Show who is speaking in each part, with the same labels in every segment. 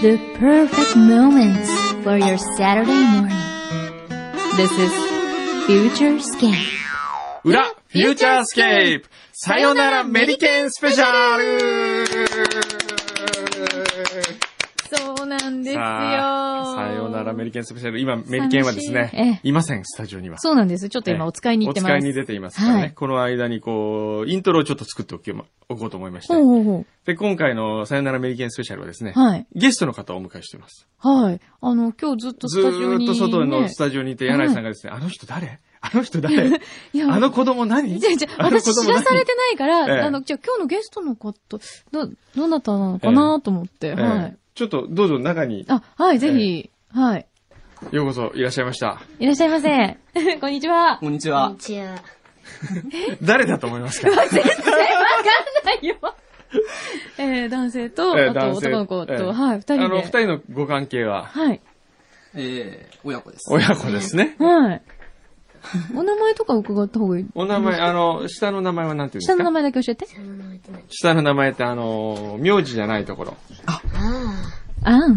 Speaker 1: The perfect moments for your Saturday morning. This is Future Scan.
Speaker 2: 裏フューチャースケープさよならメリケンスペシャル
Speaker 1: そうなんですよ。
Speaker 2: さあさよならメリケンスペシャル。今、メリケンはです
Speaker 1: 寂しいえ
Speaker 2: ね、いません、スタジオには。
Speaker 1: そうなんです。ちょっと今お使いに行ってます。
Speaker 2: お使いに出ていますからね。
Speaker 1: はい
Speaker 2: この間にこう、イントロをちょっと作っておきまおこうと思いまして
Speaker 1: ほ。うほうほ
Speaker 2: で、今回のさよならメリケンスペシャルはですね、
Speaker 1: う。はい。
Speaker 2: ゲストの方をお迎えしています。
Speaker 1: はい。あの、今日ずっと
Speaker 2: ず
Speaker 1: スタジオ
Speaker 2: ー
Speaker 1: に、
Speaker 2: っ
Speaker 1: ね。
Speaker 2: と外のスタジオにいて、柳井さんがですね、あの人誰あの人 誰
Speaker 1: いや、
Speaker 2: あの子供何
Speaker 1: じゃじゃ
Speaker 2: あの
Speaker 1: 私
Speaker 2: 子供
Speaker 1: 知らされてないから、
Speaker 2: ええ
Speaker 1: あの、じゃあ今日のゲストの方、ど、どなたなのかなと思って、
Speaker 2: ええ
Speaker 1: はい。
Speaker 2: ちょっと、どうぞ中に
Speaker 1: あ、はい、ぜひ、はい。
Speaker 2: ようこそいらっしゃいました。
Speaker 1: いらっしゃいませ。 こんにちは。
Speaker 3: こんにちは。
Speaker 4: ちは。
Speaker 2: 誰だと思い ますか
Speaker 1: ないよ。えー、男性と、
Speaker 2: えー
Speaker 1: あと
Speaker 2: 男性
Speaker 1: 男の子と、
Speaker 2: えー
Speaker 1: はい、二人
Speaker 2: あ
Speaker 1: で。
Speaker 2: の、二人のご関係は、
Speaker 1: はい。
Speaker 3: えー、親子です。
Speaker 2: 親子です ね。
Speaker 1: はい。お名前とか伺った方がいい
Speaker 2: お名前、あの、下の名前は何て言うんで
Speaker 1: 下の名
Speaker 2: すか
Speaker 1: 前だけ教えて。
Speaker 4: あの名前って何
Speaker 2: 下の名前って、あの、名字じゃないところ。
Speaker 4: あ
Speaker 1: あん。
Speaker 4: あ、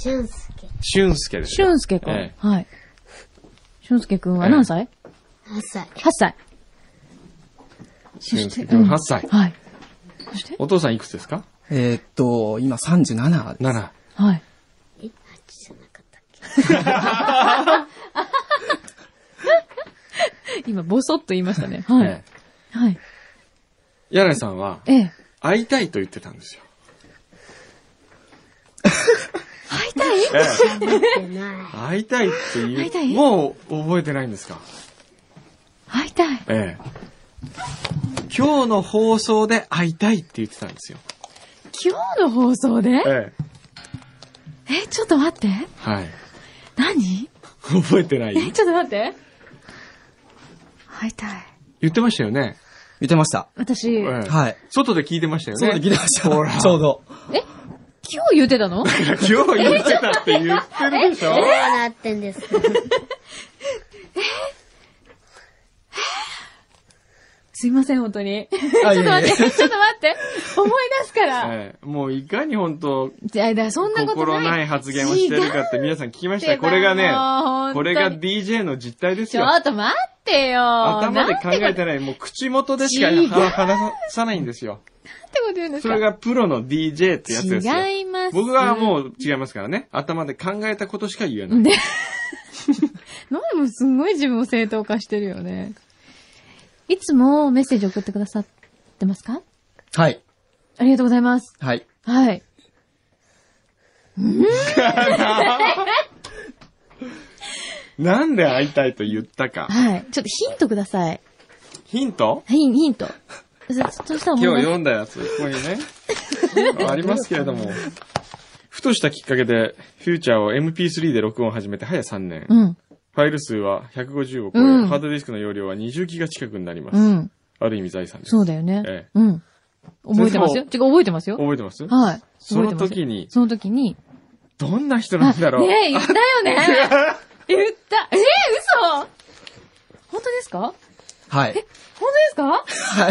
Speaker 4: 俊介。
Speaker 2: 俊介です。
Speaker 1: 俊介くん。
Speaker 2: え
Speaker 1: はい。俊介くんは何歳、
Speaker 4: 8歳。
Speaker 1: ?8 歳。
Speaker 2: 俊介君8歳。
Speaker 1: はい。そして
Speaker 2: お父さんいくつですか
Speaker 3: えーっと、今37です。
Speaker 2: ?7。
Speaker 1: はい。
Speaker 4: え ?8 じゃなかったっけ
Speaker 1: 今、ボソッと言いましたね。はい。
Speaker 2: ええ
Speaker 1: はい。
Speaker 2: 柳井さんは、
Speaker 1: ええ。
Speaker 2: 会いたいと言ってたんですよ。
Speaker 1: 会いたい
Speaker 4: 覚えてない。
Speaker 2: 会いたいって
Speaker 1: 会いた
Speaker 2: い、
Speaker 1: いう
Speaker 2: もう覚えてないんですか
Speaker 1: 会いたい。
Speaker 2: ええ。今日の放送で会いたいって言ってたんですよ。
Speaker 1: 今日の放送で
Speaker 2: ええ。
Speaker 1: え、ちょっと待って。
Speaker 2: はい。
Speaker 1: 何
Speaker 2: 覚えてない
Speaker 1: え、ちょっと待って。会いたい。
Speaker 2: 言ってましたよね。
Speaker 3: 見てました。
Speaker 1: 私、
Speaker 2: ええ
Speaker 3: はい。
Speaker 2: 外で聞いてましたよね。
Speaker 3: そうで聞いてました。
Speaker 2: ほら。
Speaker 3: ちょうど。
Speaker 1: 今日言うてたの
Speaker 2: 今日言ってたって言ってるでしょ
Speaker 4: どうなってんですか
Speaker 1: すいません、本当に。 ちょっ
Speaker 3: あ
Speaker 1: と
Speaker 3: いえいえ
Speaker 1: 待って、ちょっと待って。思い出すから。
Speaker 2: ええもういかに本当、
Speaker 1: じゃあ、だからそんなことない。
Speaker 2: 心ない発言をしてるかって皆さん聞きましたこれが
Speaker 1: 違う
Speaker 2: ね
Speaker 1: もう本当、に
Speaker 2: これが DJ の実態です
Speaker 1: ち
Speaker 2: よ
Speaker 1: ょ。っと待ってよ。
Speaker 2: 頭
Speaker 1: な
Speaker 2: で考
Speaker 1: んてこと、なん
Speaker 2: え
Speaker 1: て
Speaker 2: てない、もう口元でしか
Speaker 1: 違う
Speaker 2: 話さないんですよ。
Speaker 1: こと言うんです
Speaker 2: そ
Speaker 1: か
Speaker 2: れがプロの DJ ってやつですよ。
Speaker 1: 違います。
Speaker 2: 僕はもう違いますからね。頭で考えたことしか言えない。
Speaker 1: で、なんもすごい自分を正当化してるよね。いつもメッセージ送ってくださってますか
Speaker 3: はい。
Speaker 1: ありがとうございます。
Speaker 3: はい。
Speaker 1: はい。
Speaker 2: なんで会いたいと言ったか。
Speaker 1: はい。ちょっとヒントください。
Speaker 2: ヒント
Speaker 1: ヒンヒント。そそしたらも
Speaker 2: 今日
Speaker 1: う、
Speaker 2: 読んだやつ、ここに ね、ありますけれども、ふとしたきっかけで、フューチャーを MP3 で録音を始めて早3年。
Speaker 1: うん。
Speaker 2: ファイル数は150を超え、
Speaker 1: うん
Speaker 2: ハードディスクの容量は20ギガ近くになります。
Speaker 1: うん。
Speaker 2: ある意味財産です。
Speaker 1: そうだよね。
Speaker 2: え
Speaker 1: うん。覚えてますよ。違う、覚えてますよ。
Speaker 2: 覚えてます
Speaker 1: はい。
Speaker 2: その
Speaker 1: 覚えてますよ
Speaker 2: 時に
Speaker 1: その時に。
Speaker 2: どんな人なんだろう、
Speaker 1: あねえ、言ったよ ね言った。えー、嘘本当ですか
Speaker 3: はい。
Speaker 1: 本当ですか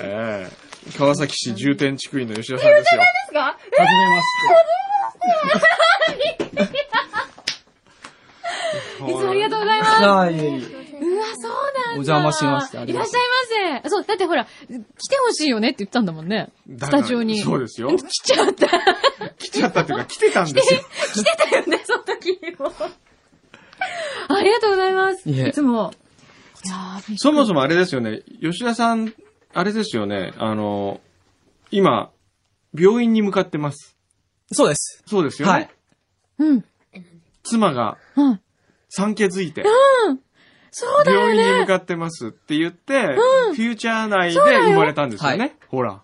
Speaker 2: ええ川崎市重点地区員の吉田さんですよ。
Speaker 1: ですか
Speaker 3: はじめまして。
Speaker 1: いつもありがとうござい ます。
Speaker 3: はい。いえいえ
Speaker 1: うわ、そうなんだ。
Speaker 3: お邪魔しましたあ
Speaker 1: い
Speaker 3: り
Speaker 1: ら
Speaker 3: が
Speaker 1: っ
Speaker 3: と
Speaker 1: し
Speaker 3: う
Speaker 1: ゃいませ。そう、だってほら、来てほしいよねって言ったんだもんね。
Speaker 2: だ
Speaker 1: ス
Speaker 2: から
Speaker 1: タジオに。
Speaker 2: そうですよ。
Speaker 1: 来ちゃった。
Speaker 2: 来ちゃったっていうか、来てたんですよ。
Speaker 1: 来てたよね、その時にも。 ありがとうございます。
Speaker 3: いえ
Speaker 1: いつも。いやーびっくり
Speaker 2: そもそもあれですよね、吉田さん、あれですよね、あの、今、病院に向かってます。
Speaker 3: そうです。
Speaker 2: そうですよね。
Speaker 3: はい
Speaker 1: うん。
Speaker 2: 妻が
Speaker 1: はい。
Speaker 2: 産気づいて、
Speaker 1: そうだよ
Speaker 2: 病院に向
Speaker 1: ね。
Speaker 2: かってますって言って、フューチャー内で
Speaker 1: そうだよ
Speaker 2: 生まれたんですよね。
Speaker 3: はい
Speaker 2: ほら。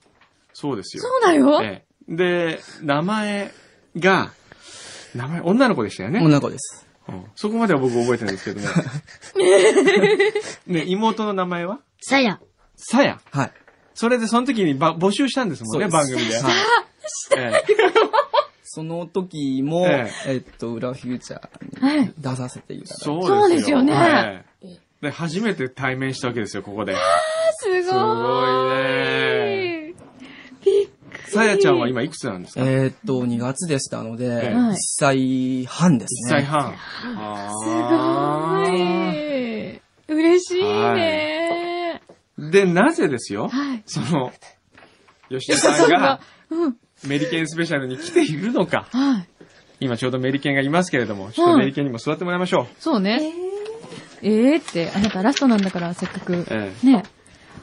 Speaker 2: そうですよ。
Speaker 1: そうだよ。
Speaker 2: ええで、名前が、名前、女の子でしたよね。
Speaker 3: 女の子です。
Speaker 2: うんそこまでは僕覚えてるんですけどね。 ね、妹の名前は
Speaker 4: さや。
Speaker 2: さや。
Speaker 3: はい。
Speaker 2: それでその時にば募集したんですもんね、
Speaker 3: そう
Speaker 2: 番
Speaker 3: です
Speaker 2: 組で。
Speaker 3: はい
Speaker 2: ええ
Speaker 3: その時も、
Speaker 2: え
Speaker 3: えーっと、裏フューチャーに
Speaker 1: はい。
Speaker 3: 出させていただいて。
Speaker 2: そうですよ
Speaker 1: そうですよね
Speaker 2: ね。で、初めて対面したわけですよ、ここで。
Speaker 1: すごい。
Speaker 2: すごいね
Speaker 1: びっくり。
Speaker 2: さやちゃんは今いくつなんですか、
Speaker 3: えーっと、2月でしたので、
Speaker 2: はい
Speaker 3: 1歳半です
Speaker 2: 1歳
Speaker 3: ね。
Speaker 2: 半。
Speaker 1: すご
Speaker 2: あ
Speaker 1: い。嬉しいね。
Speaker 2: ーで、なぜですよ、
Speaker 1: はい。
Speaker 2: その、吉田さんが
Speaker 1: うん。
Speaker 2: メリケンスペシャルに来ているのか。
Speaker 1: はい。
Speaker 2: 今ちょうどメリケンがいますけれども、ちょっとメリケンにも座ってもらいましょう。
Speaker 1: そうね。えー、えって、あなたラストなんだから、せっかく。
Speaker 2: ええ
Speaker 1: ね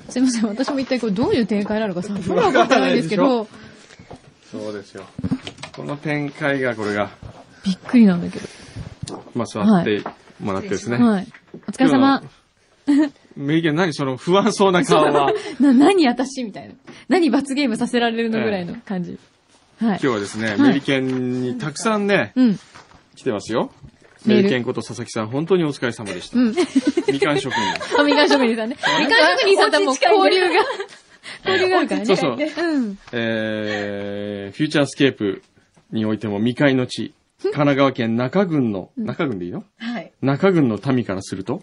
Speaker 1: すいません、私も一体これどういう展開なのか さっぱりわかってないんですけど、
Speaker 2: そうですよ。この展開が、これが、
Speaker 1: びっくりなんだけど。
Speaker 2: まあ座ってもらってですね。
Speaker 1: はい。お疲れ様。
Speaker 2: メリケン何その不安そうな 顔は。
Speaker 1: な、何私みたいな。何罰ゲームさせられるのぐらいの感じ。はい
Speaker 2: 今日。はですね、
Speaker 1: い
Speaker 2: メリケンにたくさんね、
Speaker 1: うん。
Speaker 2: 来てますよ。
Speaker 1: メー
Speaker 2: メ
Speaker 1: ル
Speaker 2: リケンこと佐々木さん、本当にお疲れ様でした。
Speaker 1: うん。
Speaker 2: みかん職人。
Speaker 1: あ、みかん職人さんね。みかん職人さんとはもう交流が、交流があるからね。
Speaker 2: そうそう。
Speaker 1: うん。
Speaker 2: えー、フューチャースケープにおいても未開の 地。神奈川県中郡の、中郡でいいの
Speaker 1: はい。
Speaker 2: 中郡の民からすると、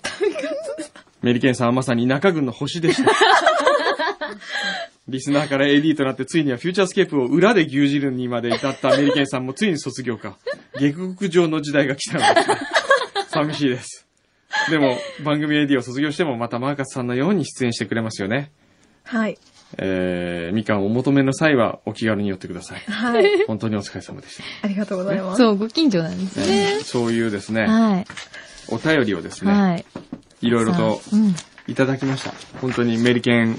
Speaker 2: メリケンさんはまさに中郡の星 でした。リスナーから AD となってついにはフューチャースケープを裏で牛耳るにまで至ったメリケンさんもついに卒業か。下克上の時代が来た のですね。寂しいです。でも、番組 AD を卒業してもまたマーカスさんのように出演してくれますよね。
Speaker 5: はい。
Speaker 2: えー、みかんをお求めの際はお気軽に寄ってください。
Speaker 5: はい。
Speaker 2: 本当にお疲れ様でした。
Speaker 5: ありがとうございます。
Speaker 1: そう、ご近所なんですね。
Speaker 2: そういうですね、
Speaker 1: は
Speaker 2: お便りをです
Speaker 1: い。
Speaker 2: ね、
Speaker 1: はい。
Speaker 2: い、ろいろと
Speaker 1: さあうん。
Speaker 2: いただきました。本当にメリケン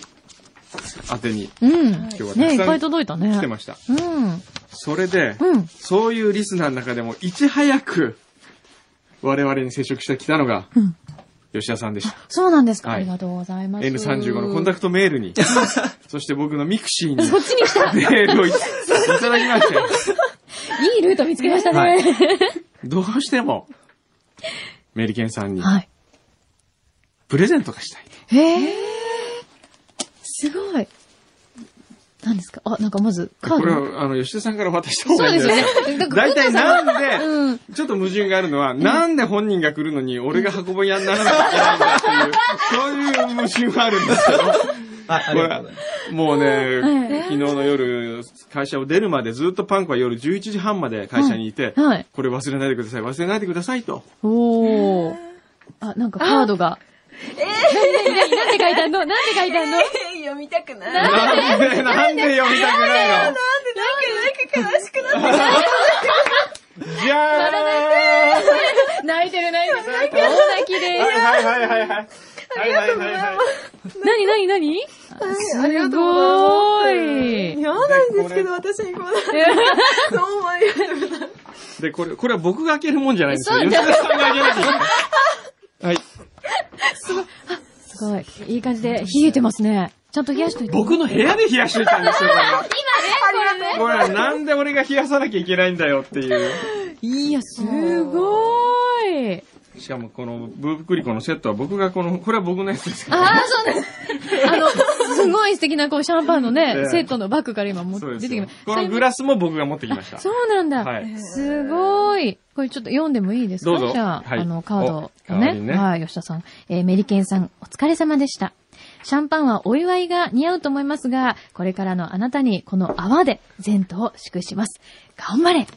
Speaker 2: 宛てに
Speaker 1: うん。
Speaker 2: 今日はたくさん
Speaker 1: ねいっぱい届いたね。
Speaker 2: 来てました。
Speaker 1: うん。
Speaker 2: それで、
Speaker 1: うん。
Speaker 2: そういうリスナーの中でもいち早く我々に接触してきたのが
Speaker 1: うん、
Speaker 2: 吉田さんでした。
Speaker 1: そうなんですか。
Speaker 2: はい
Speaker 1: ありがとうございます。
Speaker 2: N35 のコンタ
Speaker 1: ク
Speaker 2: クトメー ルに、そして僕のミクシーに
Speaker 1: ト。そっちに来た
Speaker 2: メールをいいただきましたよ。
Speaker 1: いいルート見つけました
Speaker 2: は
Speaker 1: ね。
Speaker 2: どうしても、メリケンさんに
Speaker 1: はい。
Speaker 2: プレゼントがしたい。
Speaker 1: へえ。すごい。何ですかあ、なんかまず、カー
Speaker 2: これ
Speaker 1: ド。
Speaker 2: は、あの、吉田さんから渡した方
Speaker 1: そう
Speaker 2: がいい
Speaker 1: で
Speaker 2: ん
Speaker 1: す
Speaker 2: じゃ
Speaker 1: よ
Speaker 2: ない
Speaker 1: ね
Speaker 2: です
Speaker 1: だか
Speaker 2: か。。
Speaker 1: ら
Speaker 2: 大体なん
Speaker 1: うん。
Speaker 2: で、ちょっと矛盾があるのは、なんで本人が来るのに俺が運ぶやんならなきゃいけないんだっていう、そういう矛盾はあるんですけど、
Speaker 3: あ、ありがとうございます。
Speaker 2: もうね、昨日の夜、会社を出るまでずっとパンクは夜11時半まで会社にいて、
Speaker 1: はい。
Speaker 2: これ忘れないでください、忘れないでくださいと。
Speaker 1: おー。あ、なんかカードが。 えー、なになになんて書いてあんのなんて書いてあんの
Speaker 5: 読みたくない。なんで
Speaker 2: なんで、なんで読みたくないの
Speaker 5: なんか、なんか悲しくなってき
Speaker 2: じゃーん
Speaker 1: 泣いてる泣いてる。大泣きで
Speaker 2: はいはいはいはいはい。はいはいはいはい。
Speaker 1: す。なになになに
Speaker 5: た。ありが
Speaker 1: す
Speaker 5: とうご
Speaker 1: ご
Speaker 5: ざいます。
Speaker 1: ー
Speaker 5: い
Speaker 1: い。
Speaker 5: や、なんですけど、私にこうなって。どうもありがとうございます。
Speaker 2: で、これ、これは僕が開けるもんじゃないんですよ。
Speaker 1: そう
Speaker 2: 吉
Speaker 1: だ
Speaker 2: 田さんが開けなきゃいけない。はい。
Speaker 1: すごい。いい感じで、冷えてますね。ちゃんと冷やしといて。
Speaker 2: 僕の部屋で冷やしといたんですよ、これは。
Speaker 5: ありがとう
Speaker 2: これはなんで俺が冷やさなきゃいけないんだよっていう。
Speaker 1: いや、すごーい。
Speaker 2: しかもこのブーブクリコのセットは僕がこの、これは僕のやつですから。
Speaker 1: ああ、そうです。あの、すごい素敵な、こう、シャンパンの
Speaker 2: え
Speaker 1: ね
Speaker 2: え、
Speaker 1: セットのバッグから今もう
Speaker 2: そうで
Speaker 1: 出
Speaker 2: す
Speaker 1: てき
Speaker 2: よ
Speaker 1: まし。
Speaker 2: このグ
Speaker 1: ラ
Speaker 2: ラスも僕が持ってきました。
Speaker 1: そうなんだ。
Speaker 2: はい。
Speaker 1: すごい。これちょっと読んでもいいですか
Speaker 2: どうぞ
Speaker 1: じゃあ、
Speaker 2: はい
Speaker 1: あの、カード
Speaker 2: お
Speaker 1: を
Speaker 2: 代わ
Speaker 1: ね
Speaker 2: りにね
Speaker 1: はい、吉田さん。えーメリケンさん、お疲れ様でした。シャンパンはお祝いが似合うと思いますが、これからのあなたにこの泡で前途を祝します。頑張れ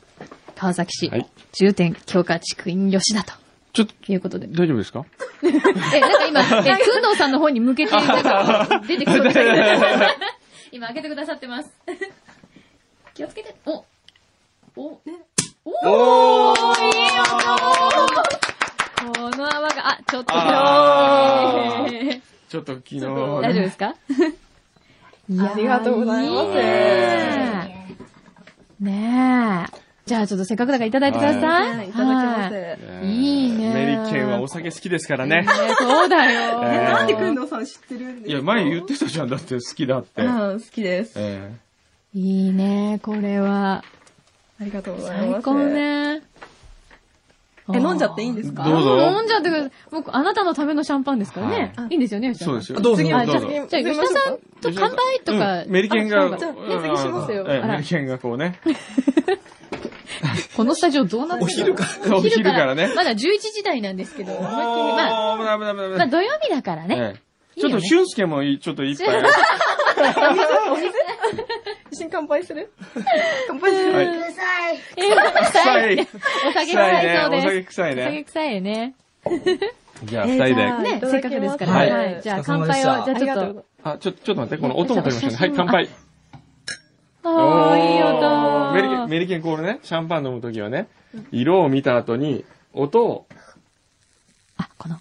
Speaker 1: 川崎市、
Speaker 2: はい
Speaker 1: 重点強化地区員吉田と
Speaker 2: ちょっと、
Speaker 1: いうことで。
Speaker 2: 大丈夫ですか
Speaker 1: え、なんか今、え、くんどうさんの方に向けて、なんか出てきそうでしたけど。今開けてくださってます。気をつけて。おおお
Speaker 2: お
Speaker 1: ー
Speaker 2: ー
Speaker 1: いい音この泡が、あ、ちょっと。
Speaker 2: あー
Speaker 1: えー
Speaker 2: ちょっと昨日、
Speaker 1: 大丈夫ですかいやー
Speaker 5: ありがとうございます
Speaker 1: いねえねえ。じゃあちょっとせっかくだからいただいてください。
Speaker 5: はい、いただ き
Speaker 1: はい
Speaker 5: ます。
Speaker 2: えー
Speaker 1: いいね
Speaker 2: メリケンはお酒好きですからね。
Speaker 1: ねそうだよ。
Speaker 2: えー
Speaker 5: なんでくんどうさん知ってるんですか
Speaker 2: いや、前言ってたじゃん。だって好きだって。
Speaker 5: うん、好きです。
Speaker 2: えー
Speaker 1: いいね、これは。
Speaker 5: ありがとうございます。
Speaker 1: 最高。ね。
Speaker 5: え、飲んじゃっていいんですか
Speaker 2: どうぞ
Speaker 1: 飲んじゃってください。もうあなたのためのシャンパンですからね。
Speaker 5: はい
Speaker 1: い、いんですよね、吉田さ
Speaker 2: そ
Speaker 1: ん
Speaker 2: うですよ。
Speaker 3: どうぞ
Speaker 5: 次
Speaker 2: ど
Speaker 5: は
Speaker 2: う
Speaker 1: じゃあ、
Speaker 2: ぞ
Speaker 1: じ
Speaker 5: 次
Speaker 1: ゃあ
Speaker 5: 進み
Speaker 1: 吉
Speaker 5: ましょう
Speaker 1: 田
Speaker 5: か
Speaker 1: さんと乾杯とか。
Speaker 2: うんメリケンが、
Speaker 1: あそうだ
Speaker 5: じゃあじゃあしますよ
Speaker 2: うんええ
Speaker 1: あら
Speaker 2: メリケンがこう ね、
Speaker 1: このスタジオどうなって るお昼から
Speaker 2: お昼からね。
Speaker 1: まだ11時台なんですけど、思いっきり。まあ、
Speaker 2: おー、危ない危ない危
Speaker 1: ま
Speaker 2: な
Speaker 1: あ
Speaker 2: い
Speaker 1: 土曜日だからね。
Speaker 2: ええちょっと、俊介もいいちょっと一杯。
Speaker 5: 一緒に乾杯する 乾杯しよう。
Speaker 2: はい。
Speaker 4: うるさい。
Speaker 1: えー
Speaker 2: 臭い。
Speaker 1: お酒臭いそうです。
Speaker 2: お酒臭いね
Speaker 1: お酒臭いよね。
Speaker 2: じゃあ、二人で。
Speaker 1: ね、
Speaker 5: いた
Speaker 1: せっか
Speaker 5: だきます
Speaker 1: くですから。はい。
Speaker 5: はい
Speaker 1: じゃあ
Speaker 3: お疲れ
Speaker 1: 乾
Speaker 3: 様で
Speaker 1: 杯を、
Speaker 3: し
Speaker 1: じゃあちょっ
Speaker 3: た
Speaker 5: ありがと
Speaker 1: と
Speaker 5: う。
Speaker 2: あ、ちょ、ちょっと待って、この音も取りましたね。はい、乾杯。
Speaker 1: ああ、いい
Speaker 2: おーメリケ
Speaker 1: 音
Speaker 2: ン、。メリケンこれね、シャンパン飲むときはね、色を見た後に、音を
Speaker 1: あ、この。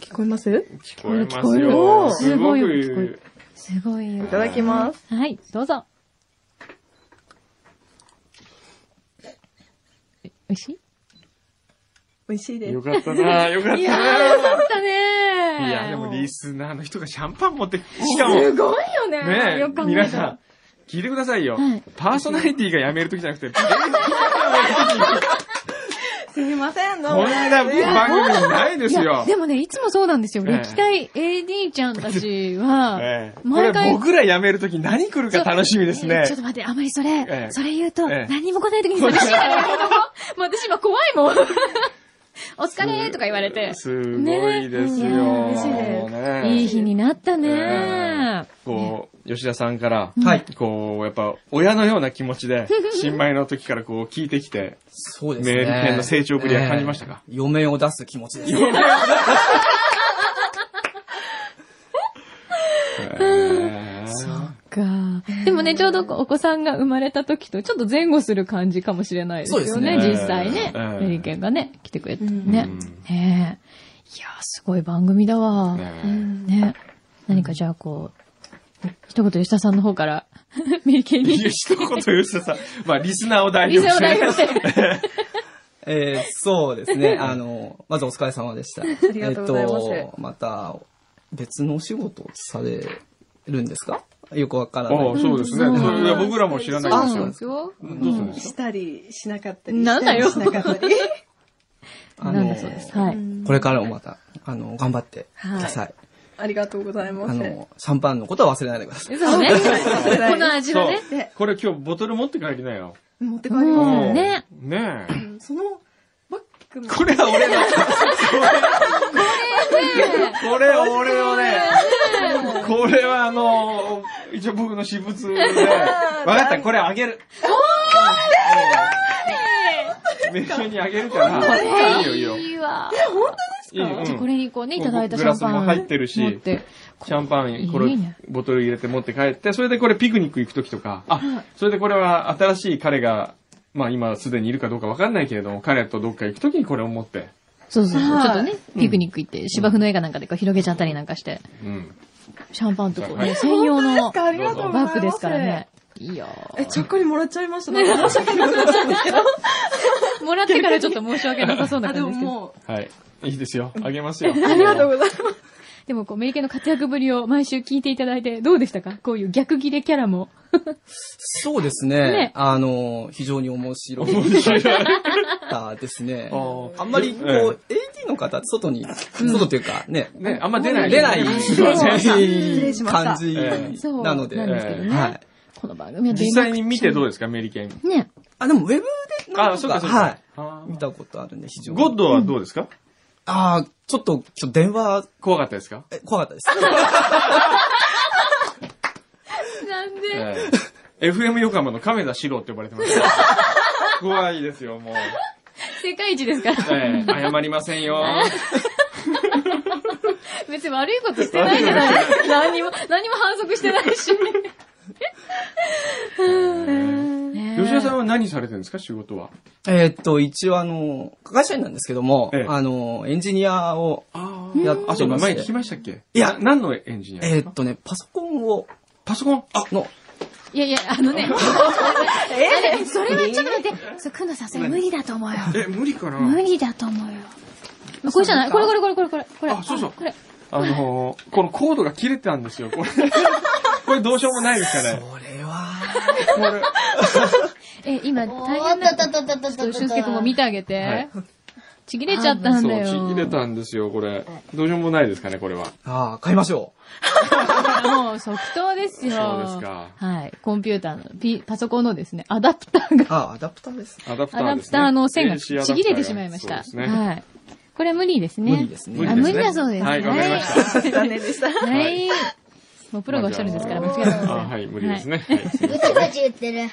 Speaker 5: 聞こえます
Speaker 2: 聞こえ
Speaker 1: 聞
Speaker 2: ます
Speaker 5: こえ
Speaker 2: よ。
Speaker 5: る
Speaker 1: す
Speaker 2: すご
Speaker 1: ごい聞こえ
Speaker 2: く
Speaker 1: る、すごいよ
Speaker 5: い。ただきます。
Speaker 1: はい、どうぞ。え美味しい
Speaker 5: 美味しいです
Speaker 2: よ。かったなよかったな
Speaker 1: だったね
Speaker 2: いや、でもリスナーの人がシャンパン持って、しかも、
Speaker 5: すごいよね。
Speaker 2: ね
Speaker 1: よく考えた
Speaker 2: 皆さん、聞いてくださいよ
Speaker 1: はい。
Speaker 2: パーソナリティが辞めるときじゃ なくて、
Speaker 5: すみません、どう
Speaker 2: こ
Speaker 5: も。
Speaker 2: んな番組ないです
Speaker 1: いや
Speaker 2: よ。
Speaker 1: でもね、いつもそうなんですよ。
Speaker 2: ええ
Speaker 1: 歴代 AD ちゃんたちは、
Speaker 2: ええこ
Speaker 1: 毎
Speaker 2: れ
Speaker 1: 回
Speaker 2: 僕ら辞めるとき何来るか楽しみですね
Speaker 1: ちょ。っと待って、あまりそれ、
Speaker 2: ええ
Speaker 1: それ言うと、
Speaker 2: ええ
Speaker 1: 何にも来ない時に寂しいじゃない子供もう 私今怖いもん。 お疲れとか言われて。
Speaker 2: すごいですよ。
Speaker 1: ねえ嬉しい
Speaker 5: です
Speaker 2: ね
Speaker 1: いい日になったね、
Speaker 2: えこう、吉田さんから、
Speaker 3: はい。
Speaker 2: こう、やっぱ、親のような気持ちで、新米の時からこう、聞いてきて、
Speaker 3: そうですね。
Speaker 2: メールペンの成長ぶりは感じましたか
Speaker 3: ええ嫁を出す気持ちです。
Speaker 2: えー
Speaker 1: そうか。でもね、ちょうどお子さんが生まれた時と、ちょっと前後する感じかもしれないですよ
Speaker 3: そう
Speaker 1: ね、
Speaker 3: ですね
Speaker 1: 実際ね。
Speaker 2: ええ
Speaker 1: メリケンがね、来てくれて
Speaker 5: うん
Speaker 1: ね。
Speaker 2: う
Speaker 1: ねえいやー、すごい番組だわ。ね
Speaker 2: ね
Speaker 1: 何かじゃあこう、一言吉田さんの方から、 メリケン
Speaker 2: えい
Speaker 1: に
Speaker 2: や、。一言吉田さん、まあ、リスナーを代
Speaker 1: リ
Speaker 2: 表
Speaker 1: サを
Speaker 2: して。
Speaker 1: 代表して。
Speaker 3: えーそうです ね。あの、まずお疲れ様でした。あ
Speaker 5: りがとうございます
Speaker 3: えっと、また、別のお仕事をされるんですかよくわからない。
Speaker 2: ああ、そうですね。
Speaker 1: うん
Speaker 2: それいや僕らも知らないです
Speaker 1: そう
Speaker 2: よ
Speaker 1: で。すよ。
Speaker 2: どうするんですか
Speaker 5: したり、しなかったり。
Speaker 1: なんだよ
Speaker 5: したりしなかったり。
Speaker 3: あ
Speaker 1: な
Speaker 3: の
Speaker 1: んだそうです。は
Speaker 5: う
Speaker 1: い。
Speaker 5: ん
Speaker 3: これからもまた、あの、頑張ってください。
Speaker 5: ありがとうございます。
Speaker 3: あの、シャンパンのことは忘れないでくださ い。
Speaker 1: そうね。この味
Speaker 2: そ
Speaker 1: は
Speaker 2: う
Speaker 1: ね。。
Speaker 2: これ今日ボトル持って帰りなよ。
Speaker 5: 持って帰り
Speaker 1: う
Speaker 5: ま
Speaker 1: んね。
Speaker 2: うんね
Speaker 5: す。うんその、バッグも。
Speaker 2: え。これは俺の。これ俺のね、これはあの、一応僕の私物で、わかった、これあげる。名称にあげる から、いいよいいよ。い
Speaker 1: いいわ。
Speaker 2: いよ
Speaker 1: じゃあこ
Speaker 2: うん
Speaker 1: れにこうね、いただいたシャ
Speaker 2: グラ
Speaker 1: ン
Speaker 2: ス
Speaker 1: パン。
Speaker 2: も入ってるし
Speaker 1: 持って
Speaker 2: シャンパン、こ
Speaker 1: い
Speaker 2: れ
Speaker 1: いね、
Speaker 2: ボトル入れて持って帰って、それでこれピクニック行くときとか、あ、それでこれは新しい彼が、まあ今すでにいるかどうかわかんないけれども、彼とどっか行くときにこれを持って、
Speaker 1: そうそうそう。
Speaker 5: はい
Speaker 1: ちょっとね、ピクニック行って、芝生の映画なんかでこう広げちゃったりなんかして、
Speaker 2: うん。
Speaker 1: シャンパンとこう
Speaker 2: は
Speaker 1: ね、
Speaker 2: い
Speaker 1: 専用の
Speaker 5: 本当ですかありがとうございます
Speaker 1: バッグですからね。いいよ
Speaker 5: え、ちゃっかりもらっちゃいました。なんか申し訳なくなっちゃったけど。
Speaker 1: もらってからちょっと申し訳なさそうな
Speaker 5: あ、で
Speaker 1: 感じ
Speaker 5: も
Speaker 1: ですけど。
Speaker 5: も
Speaker 2: はい。いいですよ。あげますよ。
Speaker 5: う、ありがとうございます。
Speaker 1: でもこう、メリケンの活躍ぶりを毎週聞いていただいて、どうでしたかこういう逆ギレキャラも。
Speaker 3: そうですね。
Speaker 1: ね
Speaker 3: あの、非常に面白かったですね。
Speaker 2: ああ
Speaker 3: あんまり、こう、
Speaker 2: え
Speaker 3: AD の方、外に、外というかね、
Speaker 2: ね、あんま出ない。
Speaker 3: 出ない
Speaker 2: ですよね
Speaker 5: そう失礼しました
Speaker 3: 感じ
Speaker 2: え
Speaker 1: そう。
Speaker 3: なので。
Speaker 1: なんですけど
Speaker 2: え
Speaker 1: ね。
Speaker 3: はい。
Speaker 1: この番組は出
Speaker 2: 実
Speaker 1: なく
Speaker 2: 際に見てどうですか、メリケン。
Speaker 1: ね。
Speaker 3: あ、でもウェブで
Speaker 2: あ
Speaker 3: な、ん
Speaker 2: そ
Speaker 3: と
Speaker 2: うかそ
Speaker 3: か、
Speaker 2: う
Speaker 3: は
Speaker 2: か
Speaker 3: い。。
Speaker 2: あ
Speaker 3: 見たことあるんで、非常
Speaker 2: ー
Speaker 3: に。
Speaker 2: ゴッドはどうですか
Speaker 3: ああ、ちょっと、ちょっと電話、
Speaker 2: 怖かったですか
Speaker 3: え怖かったです。
Speaker 1: なんで
Speaker 2: ええ FM 横浜の亀田四郎って呼ばれてます。 怖いですよ、もう。
Speaker 1: 世界一ですから。
Speaker 2: ええ謝りませんよ。
Speaker 1: 別に悪いことしてないじゃないですか。何も、何も反則してないし。ねえ
Speaker 2: 吉田さんは何されてるんですか、仕事は。
Speaker 3: えーっと、一応あの、会社員なんですけども、
Speaker 2: ええ
Speaker 3: あの、エンジニアを、
Speaker 2: あ
Speaker 3: やって
Speaker 2: あ、そうか、
Speaker 3: まして
Speaker 2: 前聞きましたっけ
Speaker 3: いや
Speaker 2: な何のエンジニア
Speaker 3: え
Speaker 2: です
Speaker 3: ー
Speaker 2: か
Speaker 3: っとね、パソコンを、
Speaker 2: パソコンあ、
Speaker 3: の、
Speaker 1: いやいや、あのね。あれそれはちょっと待って。そう、くんのさん、それ無理だと思うよ。
Speaker 2: え、無理か
Speaker 1: 無
Speaker 2: な
Speaker 1: 理だと思うよ。あこれじゃないこれこれこれこれこれ。これ
Speaker 2: あそうそう
Speaker 1: これ。
Speaker 2: あのー、このコードが切れてたんですよ、これ。 これどうしようもないですかね。
Speaker 3: これは、
Speaker 2: これ。
Speaker 1: え、今、
Speaker 4: お
Speaker 1: 大
Speaker 4: ー
Speaker 1: 変
Speaker 4: っ
Speaker 1: な
Speaker 4: と。っとっとっと
Speaker 1: ちょっ
Speaker 4: っとっ
Speaker 1: と、
Speaker 4: と。
Speaker 1: 俊介くんも見てあげ
Speaker 2: は
Speaker 1: て
Speaker 2: い。
Speaker 1: ちぎれちゃったんだよ。
Speaker 2: そう、ちぎれたんですよ、これ。どうしようもないですかね、これは。
Speaker 3: ああ、買いましょ
Speaker 1: もう即答ですよ。
Speaker 2: そうですか
Speaker 1: はい。コンピューターの、ピパソコンのですね、アダプターが、
Speaker 3: う。ああ、アダプターです。
Speaker 2: アダプタ
Speaker 1: ア
Speaker 2: ー
Speaker 1: ダ
Speaker 2: で
Speaker 1: プ
Speaker 2: す
Speaker 1: タ
Speaker 2: ね。
Speaker 1: ーの線が
Speaker 2: 電子アダプ
Speaker 1: ち
Speaker 2: ター
Speaker 1: ぎれてしまいまし
Speaker 2: そう
Speaker 1: た。
Speaker 2: ですね。
Speaker 1: はい。これは無理ですね。
Speaker 3: 無理ですね
Speaker 1: あ、無理だそうですね。
Speaker 2: はい、わかりました。
Speaker 5: 残念でした。
Speaker 1: はい。もうプロがおっしゃるんですから、間
Speaker 2: ま
Speaker 1: 違い
Speaker 2: じ
Speaker 1: ない
Speaker 2: ゃ
Speaker 1: です。
Speaker 2: ああはい、無理ですね。はいすいま
Speaker 4: ぐちぐち言ってる。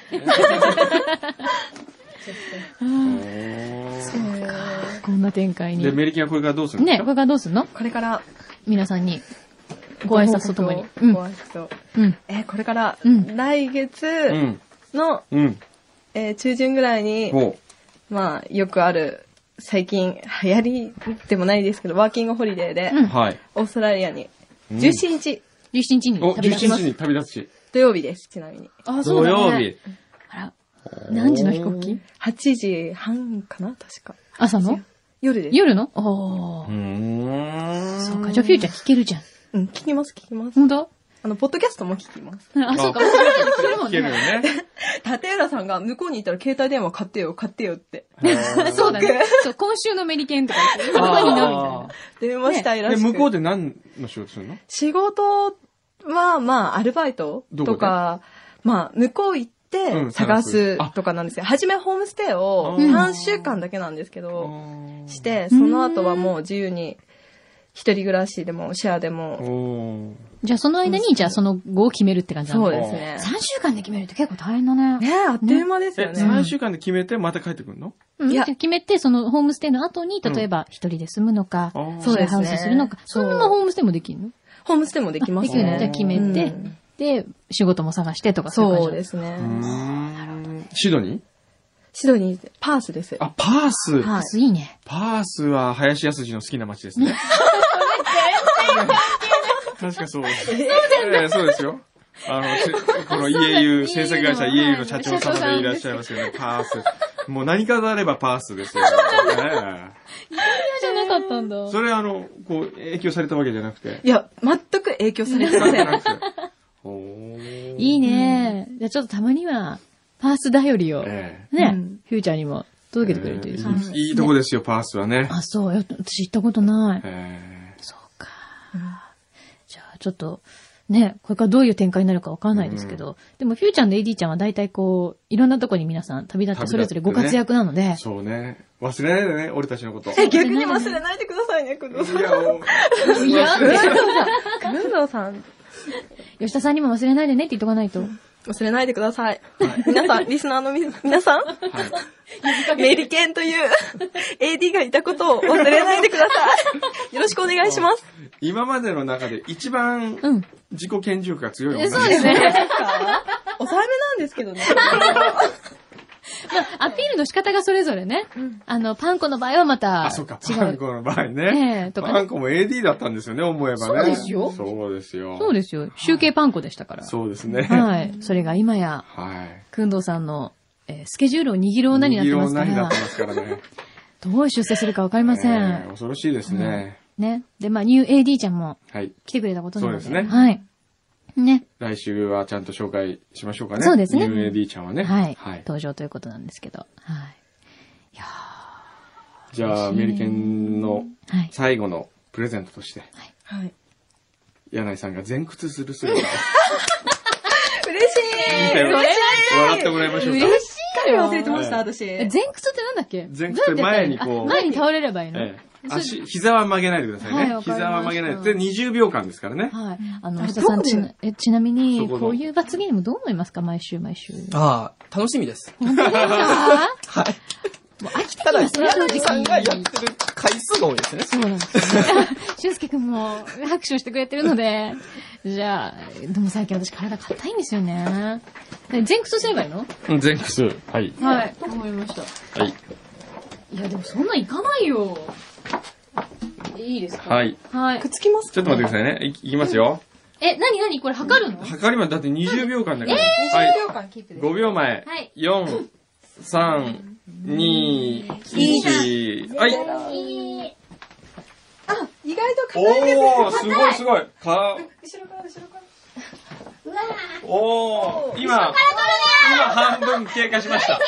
Speaker 2: せん
Speaker 1: こんな展開に。
Speaker 2: で、メリケンはこれからどうするんです
Speaker 1: ね、
Speaker 2: か
Speaker 1: これからどうすんの
Speaker 5: これから、
Speaker 1: 皆さんに。ご挨拶とともに。う
Speaker 5: うんん。ご。挨拶を。
Speaker 1: うん。
Speaker 5: えー、これから、
Speaker 1: うん
Speaker 5: 来月
Speaker 2: うん。
Speaker 5: の、
Speaker 2: うん。
Speaker 5: えー中旬ぐらいに、
Speaker 2: ほう。
Speaker 5: まあ、よくある、最近流行りでもないですけど、ワーキングホリデーで、
Speaker 1: うん
Speaker 2: はい。
Speaker 5: オーストラリアに、
Speaker 2: うん
Speaker 5: 17日
Speaker 1: 17日に
Speaker 2: お、
Speaker 1: 旅立ち
Speaker 2: 17
Speaker 1: ま
Speaker 2: 日
Speaker 1: す。
Speaker 2: に旅立つし。
Speaker 5: 土曜日です、ちなみに。
Speaker 1: あ、そ
Speaker 2: 土
Speaker 1: うだね。
Speaker 2: 曜日。
Speaker 1: あら、何時の飛行機
Speaker 5: 8時半かな確か。
Speaker 1: 朝の
Speaker 5: 夜です。
Speaker 1: 夜のお
Speaker 2: う
Speaker 1: ー。
Speaker 2: ーん。
Speaker 1: そうか、じゃあフューチャー聞けるじゃん。
Speaker 5: うん、聞きます、聞きます。
Speaker 1: ほんと
Speaker 5: あの、ポッドキャストも聞きます。
Speaker 1: あ、そうか、聞けるも
Speaker 2: 聞
Speaker 1: ん
Speaker 2: けるよ
Speaker 1: ね。
Speaker 2: ね。
Speaker 5: 立浦さんが向こうに行ったら携帯電話買ってよ、買ってよって。
Speaker 1: そうだね。そう、今週のメリケンとか言 って、ここにのみたいな。
Speaker 5: 電話したいら
Speaker 2: で、
Speaker 5: しく、
Speaker 2: 向こうで何の仕事するの
Speaker 5: 仕事は、まあ、アルバイト
Speaker 2: どこと
Speaker 5: か、まあ、向こう行っ
Speaker 2: う
Speaker 5: て
Speaker 2: ん
Speaker 5: 探
Speaker 2: 探す
Speaker 5: す
Speaker 2: あ
Speaker 5: とかなんですよ。はじめホームステイを
Speaker 2: うん
Speaker 5: 3週間だけなんですけど、して、その後はもう自由に、一人暮らしでも、シェアで
Speaker 2: おー
Speaker 5: も、
Speaker 1: じゃあその間に、じゃあその後を決めるって感じな
Speaker 5: そ
Speaker 1: の
Speaker 5: うですね。
Speaker 1: 3週間で決めるって結構大変だね。
Speaker 5: ねえ、あっという間です
Speaker 2: え
Speaker 5: よ、ね。
Speaker 2: 3週間で決めて、また帰ってくるの
Speaker 1: うん
Speaker 5: いや
Speaker 1: 決めて、そのホームステイの後に、例えば一人で住むのか、
Speaker 2: あー
Speaker 1: シェアハウスするのか、
Speaker 5: そ
Speaker 1: そう
Speaker 5: ですね
Speaker 1: のままホームステイもできるの
Speaker 5: ホームステイもできます
Speaker 1: できる
Speaker 5: ね。
Speaker 1: のじゃあ決めて
Speaker 5: うん、
Speaker 1: で、仕事も探してとかそういう感じ
Speaker 5: そうですね
Speaker 2: う。ーんシドニー
Speaker 5: シドニー、パースです。
Speaker 2: あ、パース。
Speaker 5: は
Speaker 1: あすいいね。
Speaker 2: パースは林康二の好きな街です ね。確かそうです。そうそうですよ。あの、ちこの EAU、制作会社 EAU の社長様でいらっしゃいますよね。パース。もう何かがあればパース ですよ、ね。
Speaker 1: じゃなかったんだ。
Speaker 2: それあの、こう、影響されたわけじゃなくて。
Speaker 5: いや、全く影響されてません。
Speaker 1: いい
Speaker 2: ね。
Speaker 1: ね。じゃあちょっとたまには、パース頼りを、ね、
Speaker 2: ええ
Speaker 5: うん
Speaker 1: フューチャーにも届けてくれるといいですね。
Speaker 2: ええいいとこですよ、パースはね。
Speaker 1: あ、そう。いや私行ったことない。
Speaker 2: ええ
Speaker 1: そうか。じゃあ、ちょっと、ね、これからどういう展開になるかわからないですけど、でも、フューちゃんの AD ちゃんは大体こう、いろんなとこに皆さん旅立って、
Speaker 2: 旅立ってね
Speaker 1: それぞれご活躍なので、
Speaker 2: そうね。忘れないでね、俺たちのこと。い
Speaker 5: え逆に忘れないでくださいね、工藤さん。
Speaker 2: や、もう
Speaker 1: いや、
Speaker 5: 工藤さん、
Speaker 1: 吉田さんにも忘れないでねって言っとかないと。
Speaker 5: 忘れないでください。皆さん、リスナーのみ皆さん、
Speaker 2: はい。
Speaker 5: メリケンという AD がいたことを忘れないでください。よろしくお願いし ます。
Speaker 2: 今までの中で一番
Speaker 1: うん。
Speaker 2: 自己顕示欲が強い
Speaker 1: え
Speaker 2: 女
Speaker 1: そうですね。
Speaker 5: 抑えめなんですけどね。
Speaker 1: まあ、アピールの仕方がそれぞれね。あの、パン粉の場合はまた、
Speaker 2: あ、そっか、
Speaker 1: 違
Speaker 2: パン
Speaker 1: う。
Speaker 2: コの場合
Speaker 1: え
Speaker 2: ね
Speaker 1: え。とかね
Speaker 2: パンコも AD だったんですよね、思えば
Speaker 1: そ
Speaker 2: ね。
Speaker 1: うですよ
Speaker 2: そうですよ。
Speaker 1: そうですよ。集計パン粉でしたから。
Speaker 2: そうですね。はい。
Speaker 1: はい。それが今や、くんどうさんの、えースケジュールを握る女になってますか
Speaker 2: 右を何にな
Speaker 1: ら
Speaker 2: って、ますからね。
Speaker 1: どう出世するかわかりません。
Speaker 2: ええ恐ろしいですね。
Speaker 1: ね。で、まあ、ニュー AD ちゃんも
Speaker 2: はい。
Speaker 1: 来てくれたことなので。
Speaker 2: そうですね
Speaker 1: はい。ね。
Speaker 2: 来週はちゃんと紹介しましょうかね。
Speaker 1: そうですね
Speaker 2: UAD ちゃんはね。
Speaker 1: はい。
Speaker 2: はい。
Speaker 1: 登場ということなんですけど。はい。
Speaker 2: じゃあ、メリケンの
Speaker 1: はい。
Speaker 2: 最後のプレゼントとして、
Speaker 5: はい。
Speaker 2: 柳井さんが前屈する姿を
Speaker 5: 嬉しい
Speaker 2: 見て
Speaker 5: 嬉しい
Speaker 2: 笑ってもらいましょうか。
Speaker 1: 嬉しいよ。
Speaker 5: 忘れてました、私。
Speaker 1: え前屈ってなんだっけ
Speaker 2: 前屈って前にこう
Speaker 1: どやってやったらいいのあ前に倒れればいいの、
Speaker 2: ええ、
Speaker 1: そう
Speaker 2: 足、膝は曲げないでくださいね。
Speaker 1: はいわかりました
Speaker 2: 膝は曲げないで。で、20秒間ですからね。
Speaker 1: はい。あの、
Speaker 5: あ
Speaker 1: 吉田さん、
Speaker 5: どこで
Speaker 1: ちなえちなみ
Speaker 2: そ
Speaker 1: に、
Speaker 2: この
Speaker 1: こういう罰ゲームどう思いますか毎週毎 週。
Speaker 3: ああ、楽しみです。
Speaker 1: 本当ですか
Speaker 3: はい。
Speaker 1: もう飽きてき
Speaker 3: ただ、
Speaker 1: ますね、正
Speaker 3: 柳さんがやっ
Speaker 1: 直。
Speaker 3: てる回数が多いですね。
Speaker 1: そうなんですね。俊介くんも拍手をしてくれてるので、じゃあ、でも最近私体硬いんですよね。で前屈すればいいの
Speaker 2: 前屈。はい。
Speaker 1: はい。思いました。
Speaker 2: はい。
Speaker 1: いや、でもそんなんいかないよ。いいですか
Speaker 2: はい。
Speaker 1: はい
Speaker 5: くっ。つきます
Speaker 2: ちょっと待ってくださいね。いいきますよ。
Speaker 1: え、なになにこれ測るの
Speaker 2: 測りまでだって20秒間だから。はい。
Speaker 5: 20秒間キープです。
Speaker 2: 5秒前。
Speaker 1: はい
Speaker 2: 4、3、2、1。はい。
Speaker 4: いい
Speaker 5: あ、意外と硬いです。
Speaker 2: おー、すごいすごい。か、
Speaker 5: 後ろから後ろから。
Speaker 4: うわぁ。
Speaker 2: おー、今、今半分経過しました。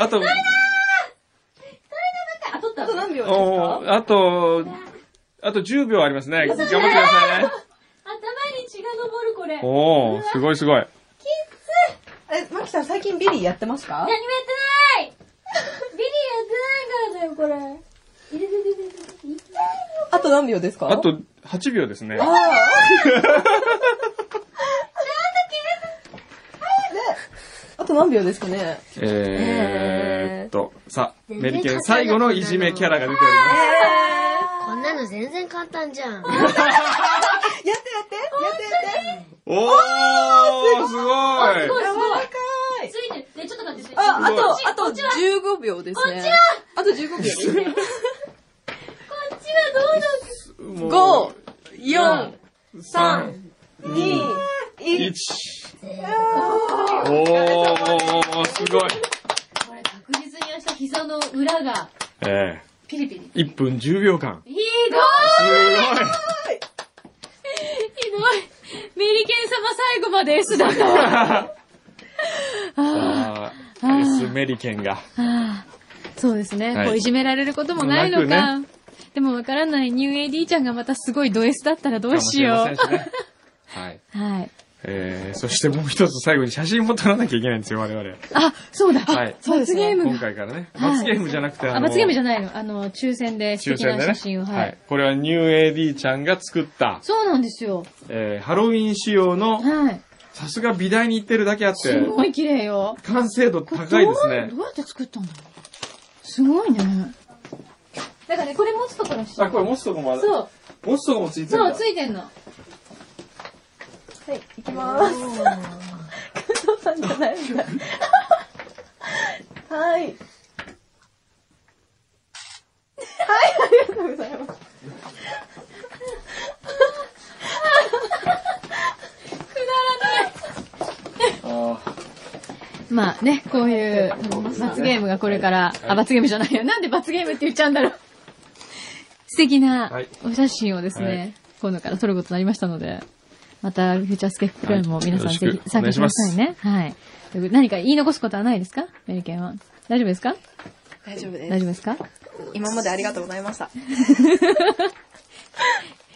Speaker 2: あと、
Speaker 1: あ、取った
Speaker 5: あと何秒です
Speaker 2: お
Speaker 5: か
Speaker 2: ーあと、あと10秒ありますね。頑張ってください
Speaker 1: 頭に
Speaker 2: ね。
Speaker 1: 血が昇るこれ。何もや
Speaker 2: おー、すごいすごい。
Speaker 5: え、マキさん最近ビリーやってますか
Speaker 1: ってないビリーやってないからだよ、これ。
Speaker 5: あと何秒ですか
Speaker 2: あ、と8秒ですね。
Speaker 5: あと何秒ですかね
Speaker 2: えーっと、さあ、メリケン最後のいじめキャラが出ており
Speaker 4: こんなの全然簡単じゃん。
Speaker 5: やってやってやってやって
Speaker 2: ます。おー、すごい
Speaker 5: やわらかい
Speaker 6: ついてる。ね、ちょっと待って。
Speaker 5: あ、あ、
Speaker 2: こと
Speaker 5: あと15秒ですね。あと15秒ですね。
Speaker 2: も
Speaker 5: 5、4、
Speaker 2: う、
Speaker 5: 3、2、1。
Speaker 2: 1。おー、すごい。
Speaker 6: これ確実に明日膝の裏が
Speaker 2: え
Speaker 6: ピリピリ。
Speaker 2: ー、1分10秒間。
Speaker 6: ひどい
Speaker 2: すごい
Speaker 1: ひどい。メリケン様最後まで S だった。
Speaker 2: あー、エスメリケンが。
Speaker 1: ああ、そうですね。
Speaker 2: はい
Speaker 1: こういじめられることもないの
Speaker 2: な
Speaker 1: か。でもわからないニュー AD ちゃんがまたすごいド S だったらどうしよ
Speaker 2: かもしれませんしねはい。
Speaker 1: う。はい。
Speaker 2: えー、そしてもう一つ最後に写真も撮らなきゃいけないんですよ、我々。
Speaker 1: あ、そうだ。
Speaker 2: はい
Speaker 1: 罰ゲーム
Speaker 2: 今
Speaker 1: が。
Speaker 2: 回からね。
Speaker 1: はい
Speaker 2: 罰ゲームじゃなくて、
Speaker 1: あ、罰ゲームじゃ
Speaker 2: ゃ
Speaker 1: ないの。あの、抽選で素
Speaker 2: 抽
Speaker 1: 敵
Speaker 2: 選
Speaker 1: な
Speaker 2: で
Speaker 1: 写真を。
Speaker 2: ね。
Speaker 1: は
Speaker 2: はいい。。これはニュー AD ちゃんが作った、
Speaker 1: そうなんですよ。
Speaker 2: えー、ハロウィン仕様の、
Speaker 1: はい。
Speaker 2: さすが美大に行ってるだけあっ
Speaker 1: す
Speaker 2: て、
Speaker 1: ごい綺麗よ。
Speaker 2: 完成度高いです
Speaker 1: ど
Speaker 2: ね
Speaker 1: う。どうやって作ったんだろう。すごいね。だからね、これ持つところして
Speaker 2: あ、これ持つとこもある。
Speaker 1: そう。
Speaker 2: 持つとこもついてるん
Speaker 1: そう、
Speaker 2: だ。
Speaker 1: ついてんの。
Speaker 5: はい、いきます。加藤さんじゃないんだ。はい。はい、ありがとうございます。
Speaker 2: あー
Speaker 1: まあね、こういう罰ゲームがこれから、あ、罰ゲームじゃないよ。なんで罰ゲームって言っちゃうんだろう。素敵な
Speaker 2: はい
Speaker 1: お写真をですね、
Speaker 2: はい
Speaker 1: 今度から撮ることになりましたので、またフューチャースケーププランも皆さん
Speaker 2: はい
Speaker 1: ぜひ参加してくださいね。はい。ということで何か言い残すことはないですかメリケンは。大丈夫ですか
Speaker 5: 大丈夫
Speaker 1: 大丈
Speaker 5: です。
Speaker 1: 夫ですか
Speaker 5: 今までありがとうございました。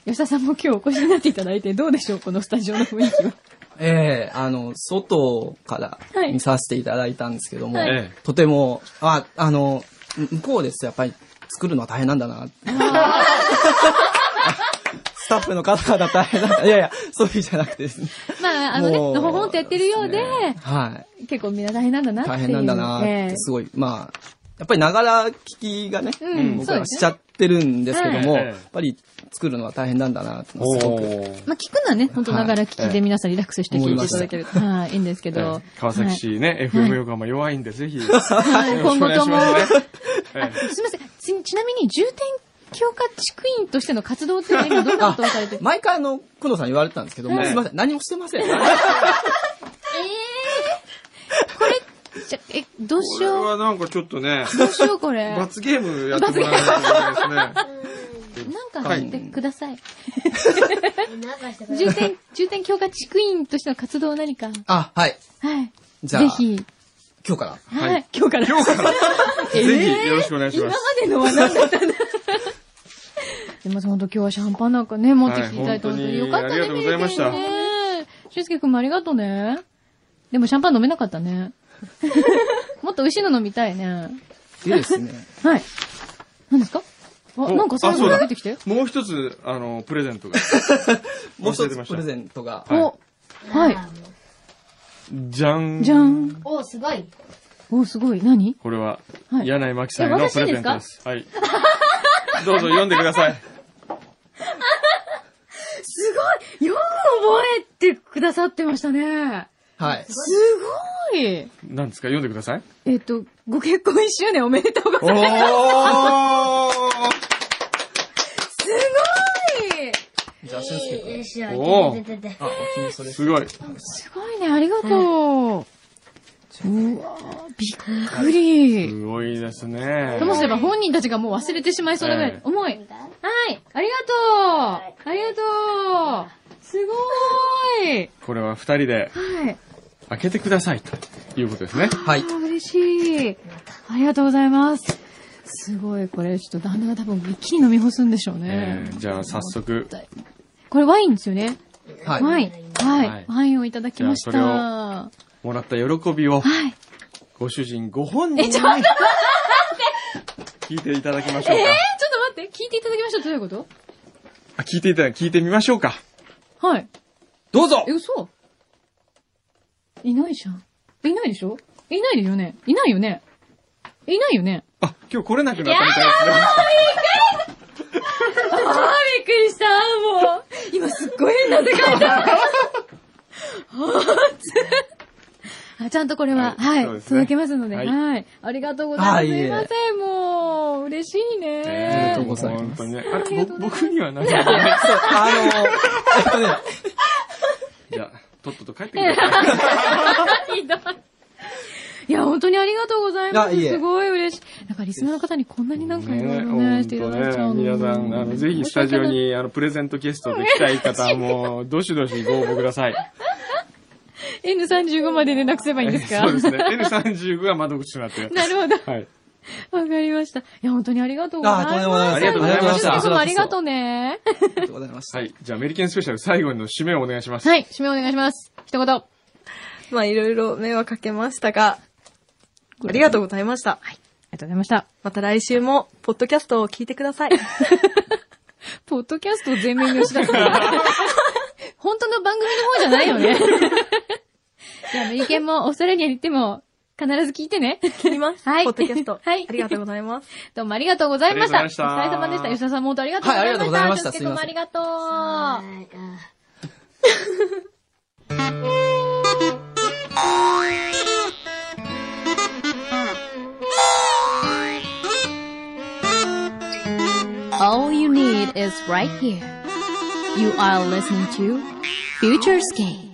Speaker 1: 吉田さんも今日お越しになっていただいてどうでしょうこのスタジオの雰囲気は。
Speaker 3: ええあの、外から
Speaker 1: はい
Speaker 3: 見させていただいたんですけども、
Speaker 2: はいええ
Speaker 3: とても、あ、あの、向こうですとやっぱり作るのは大変なんだな。 スタッフの方々大変なんだ。いやいや、そういう意味じゃなくてですね。
Speaker 1: まあ、あのね、
Speaker 3: もう
Speaker 1: のほほんとやってるようで、
Speaker 3: はい。
Speaker 1: 結構みんな大変なんだなっていう。
Speaker 3: 大変なんだなーっ
Speaker 1: ええ
Speaker 3: て、すごい、まあ、やっぱりながら聞きがね、
Speaker 1: ん
Speaker 3: 僕
Speaker 1: そうで
Speaker 3: らは
Speaker 1: すね
Speaker 3: しちゃってるんですけども、
Speaker 2: ええ
Speaker 3: やっぱり作るのは大変なんだなって、す
Speaker 2: お
Speaker 3: ごく。
Speaker 2: ー。
Speaker 1: まあ、聞くのはね、本当ながら聞き
Speaker 3: は
Speaker 1: で
Speaker 3: い
Speaker 1: 皆さんリラックスして聞いていただけると、はい、いいんですけ
Speaker 2: えー
Speaker 1: ど。
Speaker 2: 川崎市ね、FM 横浜弱いんで、ぜひ。よろしく
Speaker 1: はい。はい、今
Speaker 2: お
Speaker 1: 後
Speaker 2: 願い
Speaker 1: とも。
Speaker 2: しますねえ
Speaker 1: すみませんち。ちなみに、重点強化地区員としての活動っていうのは今どんなことをされてる
Speaker 3: 毎回あの、くのさん言われてたんですけども、
Speaker 2: ええ
Speaker 3: すみません、何もしてません。
Speaker 1: じゃえ、どう
Speaker 2: こ
Speaker 1: し
Speaker 2: れ
Speaker 1: よう。
Speaker 2: はなんかちょっとね、
Speaker 1: どうしよう、これ。なん
Speaker 2: 罰ゲームやってもらわないといけないですね。
Speaker 1: かやってください。
Speaker 4: なんかしてくれ
Speaker 1: 重点、重点強化地区員としての活動を何か。
Speaker 3: あ、はい。
Speaker 1: はい。
Speaker 3: じゃあ、
Speaker 1: ぜ
Speaker 3: 今
Speaker 1: ひ。
Speaker 3: 日から。
Speaker 1: は。
Speaker 2: はい
Speaker 1: 今日から。今日から。
Speaker 2: ぜひよろしくお願いし
Speaker 1: 今
Speaker 2: ま。
Speaker 1: ますでのは何だったん だでも本当今日はシャンパンなんかね、持ってきていただいて、
Speaker 2: はい
Speaker 1: 本当によかったね。
Speaker 2: 本当にありがとうございました
Speaker 1: メリケンね。俊介くんもありがとうね。でもシャンパン飲めなかった ね。もっと美味しいの飲みたいね。
Speaker 3: でですね、
Speaker 1: はい。何ですかあ、
Speaker 2: お
Speaker 1: なんか最後
Speaker 2: あそう
Speaker 1: に
Speaker 2: だ
Speaker 1: 出てきたよ。
Speaker 2: もう一つ、あの、プレゼントが。
Speaker 3: もう
Speaker 2: 忘
Speaker 3: 一
Speaker 2: れてま
Speaker 3: つ
Speaker 2: した
Speaker 3: プレゼント
Speaker 2: は
Speaker 3: が、
Speaker 2: い
Speaker 1: お、はい。
Speaker 2: じゃん。
Speaker 1: じゃん。
Speaker 4: おー、すごい。
Speaker 1: お、すごい。何
Speaker 2: これは、
Speaker 1: はい
Speaker 2: 柳井真紀さんの
Speaker 1: え
Speaker 2: プレゼントです。はい。どうぞ読んでください。
Speaker 1: すごいよく覚えてくださってましたね。
Speaker 3: はい。
Speaker 1: すごい
Speaker 2: 何ですか読んでください。
Speaker 1: えっと、ご結婚1周年おめでとうございます
Speaker 2: おー
Speaker 1: すごい
Speaker 3: じゃあ、俊介君。
Speaker 4: よいし
Speaker 2: お
Speaker 4: ょ、
Speaker 2: ー
Speaker 4: 出て出て。
Speaker 3: あ、お君それ。
Speaker 2: すごい。
Speaker 1: すごいね、ありがとう。うわーびっくり。
Speaker 2: すごいですね
Speaker 1: と。もすれば本人たちがもう忘れてしまいそうなぐらい
Speaker 2: ええ
Speaker 1: 重い。はい、ありがとうありがとうすごーい
Speaker 2: これは二人で
Speaker 1: はい、
Speaker 2: 開けてくださいということですね。
Speaker 3: はい
Speaker 1: あ。ー嬉しい。ありがとうございます。すごい、これちょっと旦那が多分びっきり飲み干すんでしょう
Speaker 2: え
Speaker 1: ね。
Speaker 2: ーじゃあ早速、
Speaker 1: これワインですよね。
Speaker 3: はい。
Speaker 1: ワイン。はい、
Speaker 2: はい
Speaker 1: ワインをいただきました。
Speaker 2: じゃ
Speaker 1: は
Speaker 2: もらった喜びを、
Speaker 1: い。
Speaker 2: ご主人ご本人に聞いていただきましょ
Speaker 1: ちょっ
Speaker 2: うか。
Speaker 1: と待って、え、聞いていただきましたどういうこと
Speaker 2: あ、聞いていただ、聞いてみましょうか。
Speaker 1: はい。
Speaker 2: どうぞ
Speaker 1: え、嘘いないじゃん。いないでしょいないよねいないよねいないよね
Speaker 2: あ、今日来れなくなったみたいですね。
Speaker 1: ああ、びっくりしたもう今すっごい変な世界だあ ちゃんとこれは、
Speaker 2: は
Speaker 1: はいい、
Speaker 2: そうですね
Speaker 1: 届けますので、
Speaker 2: は
Speaker 1: はいい。ありがとうございます。
Speaker 3: あい
Speaker 1: す
Speaker 3: え
Speaker 1: いません、もう、嬉しい
Speaker 3: あり
Speaker 1: ね
Speaker 3: がとう。ございます
Speaker 2: 本当にね。あれ、ぼ僕には何もない。
Speaker 3: そう、 あの、えっとね、
Speaker 2: じゃあ、とっとと帰ってください。
Speaker 1: ひどいいや、本当にありがとうございま
Speaker 3: あ
Speaker 1: す。
Speaker 3: いえ
Speaker 1: すごい嬉しい。なんか、リスナーの方にこんなになんかいろいろね、していただいちゃうの。
Speaker 2: 皆さん、あの、ぜひスタジオに、あの、プレゼントゲストで来たい方はもう、どしどしご応募ください。
Speaker 1: N35 まで連絡すればいいんですか
Speaker 2: そうですね。N35 が窓口となってる。
Speaker 1: なるほど。
Speaker 2: はい。
Speaker 1: わかりました。いや、本当にありがとうございます。
Speaker 3: あとんでもない
Speaker 2: ですありがとうございました
Speaker 1: ゆうすけくんもありがとうね。
Speaker 3: ありがとうございました。
Speaker 2: はい。じゃあ、メリケンスペシャル最後の締めをお願いします。
Speaker 1: はい、締めお願いします。一言。
Speaker 5: まあいろいろ迷惑かけましたが、ありがとうございました。
Speaker 1: ありがとうございました。
Speaker 5: また来週も、ポッドキャストを聞いてくだ さい。
Speaker 1: ポッドキャストを全面に押し出す。 本当の番組の方じゃないよね。じゃあ、メリケンもオーストラリアに行っても、必ず聞いてね。
Speaker 5: 切ります。
Speaker 1: はい
Speaker 5: ポッドキャスト。
Speaker 1: はい
Speaker 5: ありがとうございます。
Speaker 1: どうもありがとうございました。
Speaker 2: ありがとうございました
Speaker 1: お疲れ様でした。吉田さんも本当ありがとうございました。
Speaker 3: はいありがとうございまし
Speaker 1: 俊
Speaker 3: た
Speaker 1: 介くんもあ
Speaker 3: す
Speaker 1: り
Speaker 3: い
Speaker 1: がとう。
Speaker 4: はいあ
Speaker 1: All you need is right here. You are listening to Futurescape.